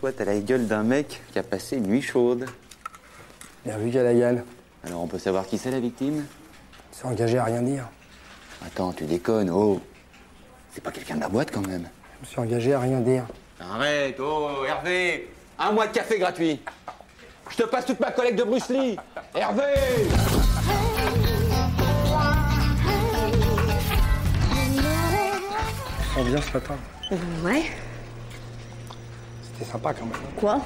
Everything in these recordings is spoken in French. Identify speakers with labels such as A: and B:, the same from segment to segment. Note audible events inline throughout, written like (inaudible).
A: Toi, t'as la gueule d'un mec qui a passé une nuit chaude.
B: Bien vu, Galagal.
A: Alors, on peut savoir qui c'est la victime
B: C'est engagé à rien dire.
A: Attends, tu déconnes, oh C'est pas quelqu'un de la boîte quand même
B: Je me suis engagé à rien dire.
A: Arrête, oh Hervé Un mois de café gratuit Je te passe toute ma collègue de Bruce Lee Hervé
B: On vient ce matin.
C: Ouais
B: C'était sympa quand même.
C: Quoi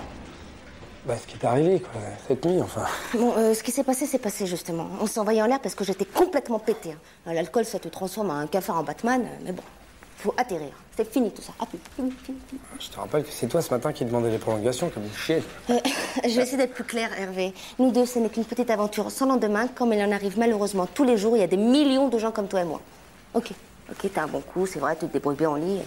B: Bah, ce qui est arrivé, quoi. Cette nuit, enfin.
C: Bon, euh, ce qui s'est passé, c'est passé justement. On s'est envoyé en l'air parce que j'étais complètement pété. hein. Euh, L'alcool, ça te transforme en un cafard en Batman, euh, mais bon, faut atterrir. C'est fini tout ça. Ah, plus, fini, fini, fini.
B: Je te rappelle que c'est toi ce matin qui demandais les prolongations, comme une chienne.
C: Euh, (laughs) je vais essayer d'être plus claire, Hervé. Nous deux, ce n'est qu'une petite aventure sans lendemain, comme il en arrive malheureusement tous les jours. Il y a des millions de gens comme toi et moi. Ok, ok, t'as un bon coup, c'est vrai, tu te débrouilles bien en lit.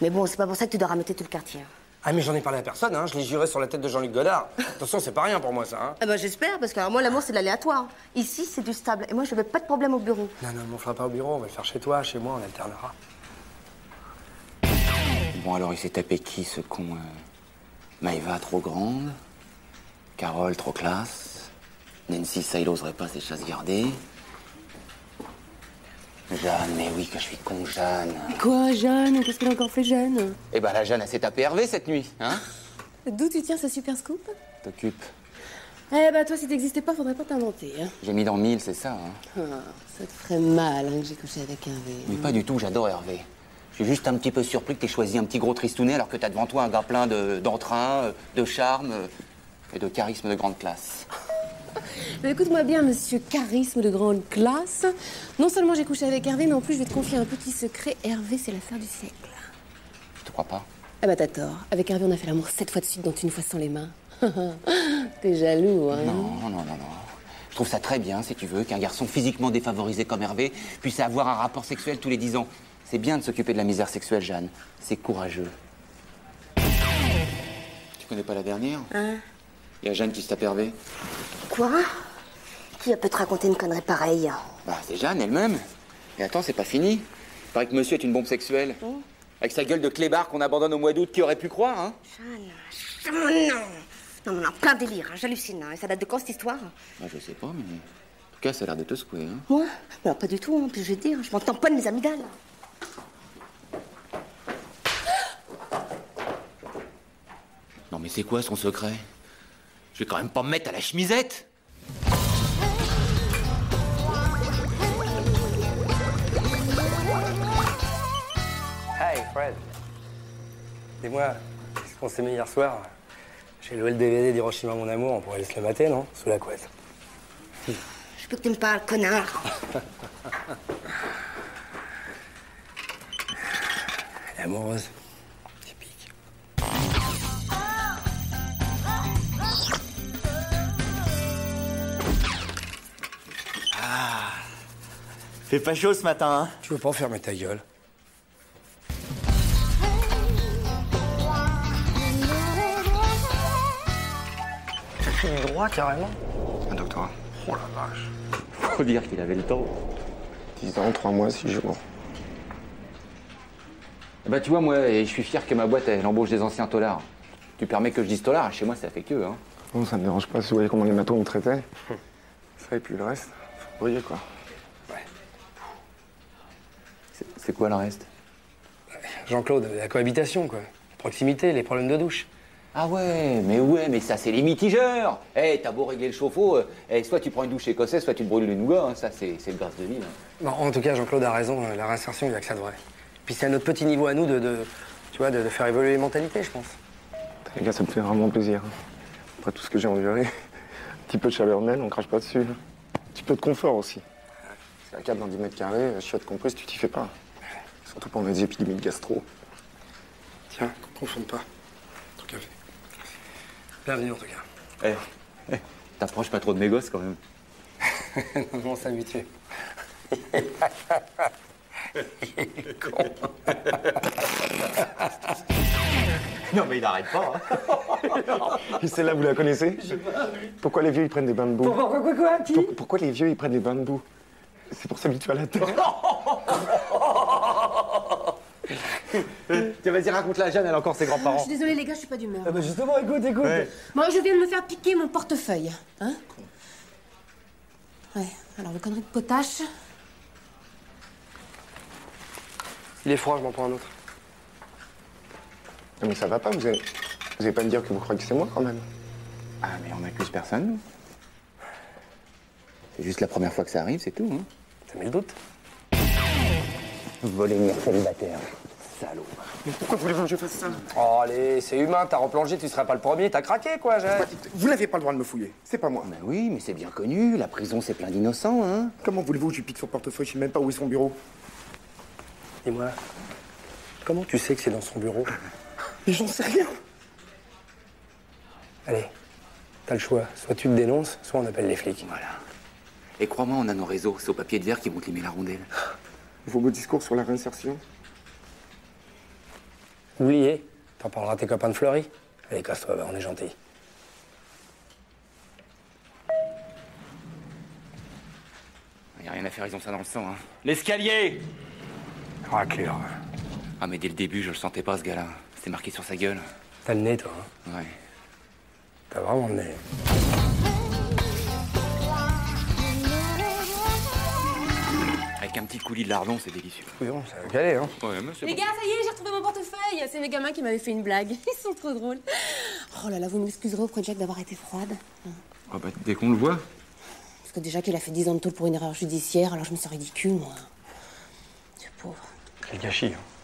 C: Mais bon, c'est pas pour ça que tu dois rameter tout le quartier. hein.
B: Ah, mais j'en ai parlé à personne, hein. Je l'ai juré sur la tête de Jean-Luc Godard. Attention, c'est pas rien pour moi, ça, hein.
C: Ah bah j'espère, parce que alors moi, l'amour, c'est de l'aléatoire. Ici, c'est du stable. Et moi, je veux pas de problème au bureau.
B: Non, non, mais on fera pas au bureau, on va le faire chez toi, chez moi, on alternera.
A: Bon, alors, il s'est tapé qui, ce con euh Maëva, trop grande Carole, trop classe Nancy, ça, il oserait pas ses chasses gardées Jeanne, mais oui, que je suis con, Jeanne
D: Quoi, Jeanne Qu'est-ce qu'elle a encore fait, Jeanne
A: Eh ben, la Jeanne, elle s'est tapée Hervé cette nuit, hein
D: D'où tu tiens ce super scoop
A: T'occupes.
D: Eh bah, toi, si t'existais pas, faudrait pas t'inventer. Hein.
A: J'ai mis dans mille, c'est ça, hein
D: Ah, ça te ferait mal hein, que j'ai couché avec un V.
A: Mais pas du tout, j'adore Hervé. Je suis juste un petit peu surpris que t'aies choisi un petit gros tristounet alors que t'as devant toi un gars plein de- d'entrain, euh, de charme euh, et de charisme de grande classe.
D: Mais écoute-moi bien, monsieur Charisme de grande classe. Non seulement j'ai couché avec Hervé, mais en plus, je vais te confier un petit secret. Hervé, c'est l'affaire du siècle.
A: Je te crois pas
D: Ah bah, t'as tort. Avec Hervé, on a fait l'amour sept fois de suite, dont une fois sans les mains. (laughs) T'es jaloux, hein
A: Non, non, non, non. Je trouve ça très bien, si tu veux, qu'un garçon physiquement défavorisé comme Hervé puisse avoir un rapport sexuel tous les dix ans. C'est bien de s'occuper de la misère sexuelle, Jeanne. C'est courageux. Tu connais pas la dernière Il y a Jeanne qui se tape Hervé.
C: Quoi Qui peut te raconter une connerie pareille
A: Bah, c'est Jeanne elle-même. Et attends, c'est pas fini. Il paraît que monsieur est une bombe sexuelle. Avec sa gueule de clébard qu'on abandonne au mois d'août, qui aurait pu croire, hein
C: Jeanne, Jeanne, non Non, non, non, plein délire, hein, j'hallucine. hein. Et ça date de quand, cette histoire
A: Bah, je sais pas, mais... En tout cas, ça a l'air de te secouer, hein
C: Moi Mais alors, pas du tout, hein. puis je vais te dire, je m'entends pas de mes amygdales.
A: Non, mais c'est quoi son secret Je vais quand même pas me mettre à la chemisette
B: Hey, Fred. Dis-moi, qu'est-ce qu'on s'est mis hier soir J'ai loué le DVD d'Hiroshima, mon amour, on pourrait aller se le mater, non Sous la couette.
C: Je peux que tu me parles, connard.
B: Elle est amoureuse. Typique.
E: Ah. Fait pas chaud ce matin, hein
B: Tu veux pas fermer ta gueule Tu fais du droit, carrément
F: Un doctorat. Oh la vache.
A: Faut dire qu'il avait le temps.
F: 10 ans, 3 mois, 6 jours.
A: Bah tu vois, moi, et je suis fier que ma boîte, elle embauche des anciens tollards. Tu permets que je dise tollard, chez moi, ça fait que, hein.
F: Non, ça me dérange pas si vous voyez comment les matos me traitaient. (laughs) Ça et puis le reste, faut briller quoi.
A: C'est- C'est quoi le reste
B: Jean-Claude, la cohabitation, quoi. La proximité, les problèmes de douche.
A: Ah ouais, mais ouais, mais ça, c'est les mitigeurs Eh, t'as beau régler le chauffe-eau, euh, eh, soit tu prends une douche écossaise, soit tu te brûles le nougat, hein, ça, c'est c'est le grâce de ville. hein.
B: Bon, en tout cas, Jean-Claude a raison, euh, la réinsertion, il y a que ça de vrai. Puis c'est à notre petit niveau à nous de, de- tu vois, de, de faire évoluer les mentalités, je pense.
F: Les gars, ça me fait vraiment plaisir. Après tout ce (laughs) que j'ai enduré, un petit peu de chaleur même, on crache pas dessus. Un petit peu de confort aussi. C'est la cave dans 10 mètres carrés, chiottes comprises, tu t'y fais pas. Surtout pendant les épidémies de gastro. (laughs)
B: Tiens, confonde pas. Ton café. Bienvenue en tout cas. (laughs)
A: Eh, eh, t'approches pas trop de mes gosses quand même.
B: On s'habitue.
A: (laughs) Non, mais il arrête pas. hein.
F: Et celle-là, vous la connaissez Pourquoi les vieux, ils prennent des bains de boue
B: Pourquoi quoi quoi qui
F: Pour- Pourquoi les vieux, ils prennent des bains de boue C'est pour s'habituer à la terre.
A: Tiens, vas-y, raconte-la à Jeanne, elle a encore ses
D: Je
A: grands-parents.
D: suis désolée, les gars, je suis pas d'humeur.
B: bah justement, écoute, écoute.
D: Moi, je viens de me faire piquer mon portefeuille. Hein Ouais, alors le connerie de potache.
B: Il est froid, je m'en prends un autre.
F: Non, mais ça va pas, vous allez... Vous allez pas me dire que vous croyez que c'est moi, quand même.
A: Ah, mais on n'accuse personne, nous. C'est juste la première fois que ça arrive, c'est tout. Hein.
B: T'as mis le doute
A: Voler célibataire. Salaud.
F: Pourquoi voulez-vous que je fasse ça
B: Oh, allez, c'est humain, t'as replongé, tu seras pas le premier, t'as craqué quoi, Jeanne
F: Vous n'avez pas le droit de me fouiller. C'est pas moi.
A: Ben oui, mais c'est bien connu, la prison c'est plein d'innocents, hein.
F: Comment voulez-vous que je pique son portefeuille Je sais même pas où est son bureau.
B: Dis-moi, comment tu sais que c'est dans son bureau
F: (laughs) Mais j'en sais rien.
B: Allez, t'as le choix. Soit tu te dénonces, soit on appelle les flics.
A: Voilà. Et crois-moi, on a nos réseaux, c'est au papier de verre qui monte les mille à rondelles.
F: Vos beaux discours sur la réinsertion
B: Oubliez, t'en parleras à tes copains de Fleury. Allez, casse-toi, va, on est gentil.
A: Y a rien à faire, ils ont ça dans le sang, hein. L'escalier
B: Raclure.
A: Ah, mais dès le début, je le sentais pas, ce gars-là. C'était marqué sur sa gueule.
B: T'as le nez, toi. hein
A: Ouais.
B: T'as vraiment le nez.
A: Avec un petit coulis de lardon, c'est délicieux.
B: Oui, bon, ça va caler, hein
A: Ouais, mais c'est
D: Les
A: bon.
D: gars, ça y est, j'ai retrouvé mon portefeuille. C'est mes gamins qui m'avaient fait une blague. Ils sont trop drôles. Oh là là, vous m'excuserez auprès de Jack d'avoir été froide. hein.
A: Ah, bah, dès qu'on le voit.
D: Parce que déjà qu'il a fait 10 ans de tôle pour une erreur judiciaire, alors je me sens ridicule, moi. Ce pauvre.
B: Quel gâchis. hein.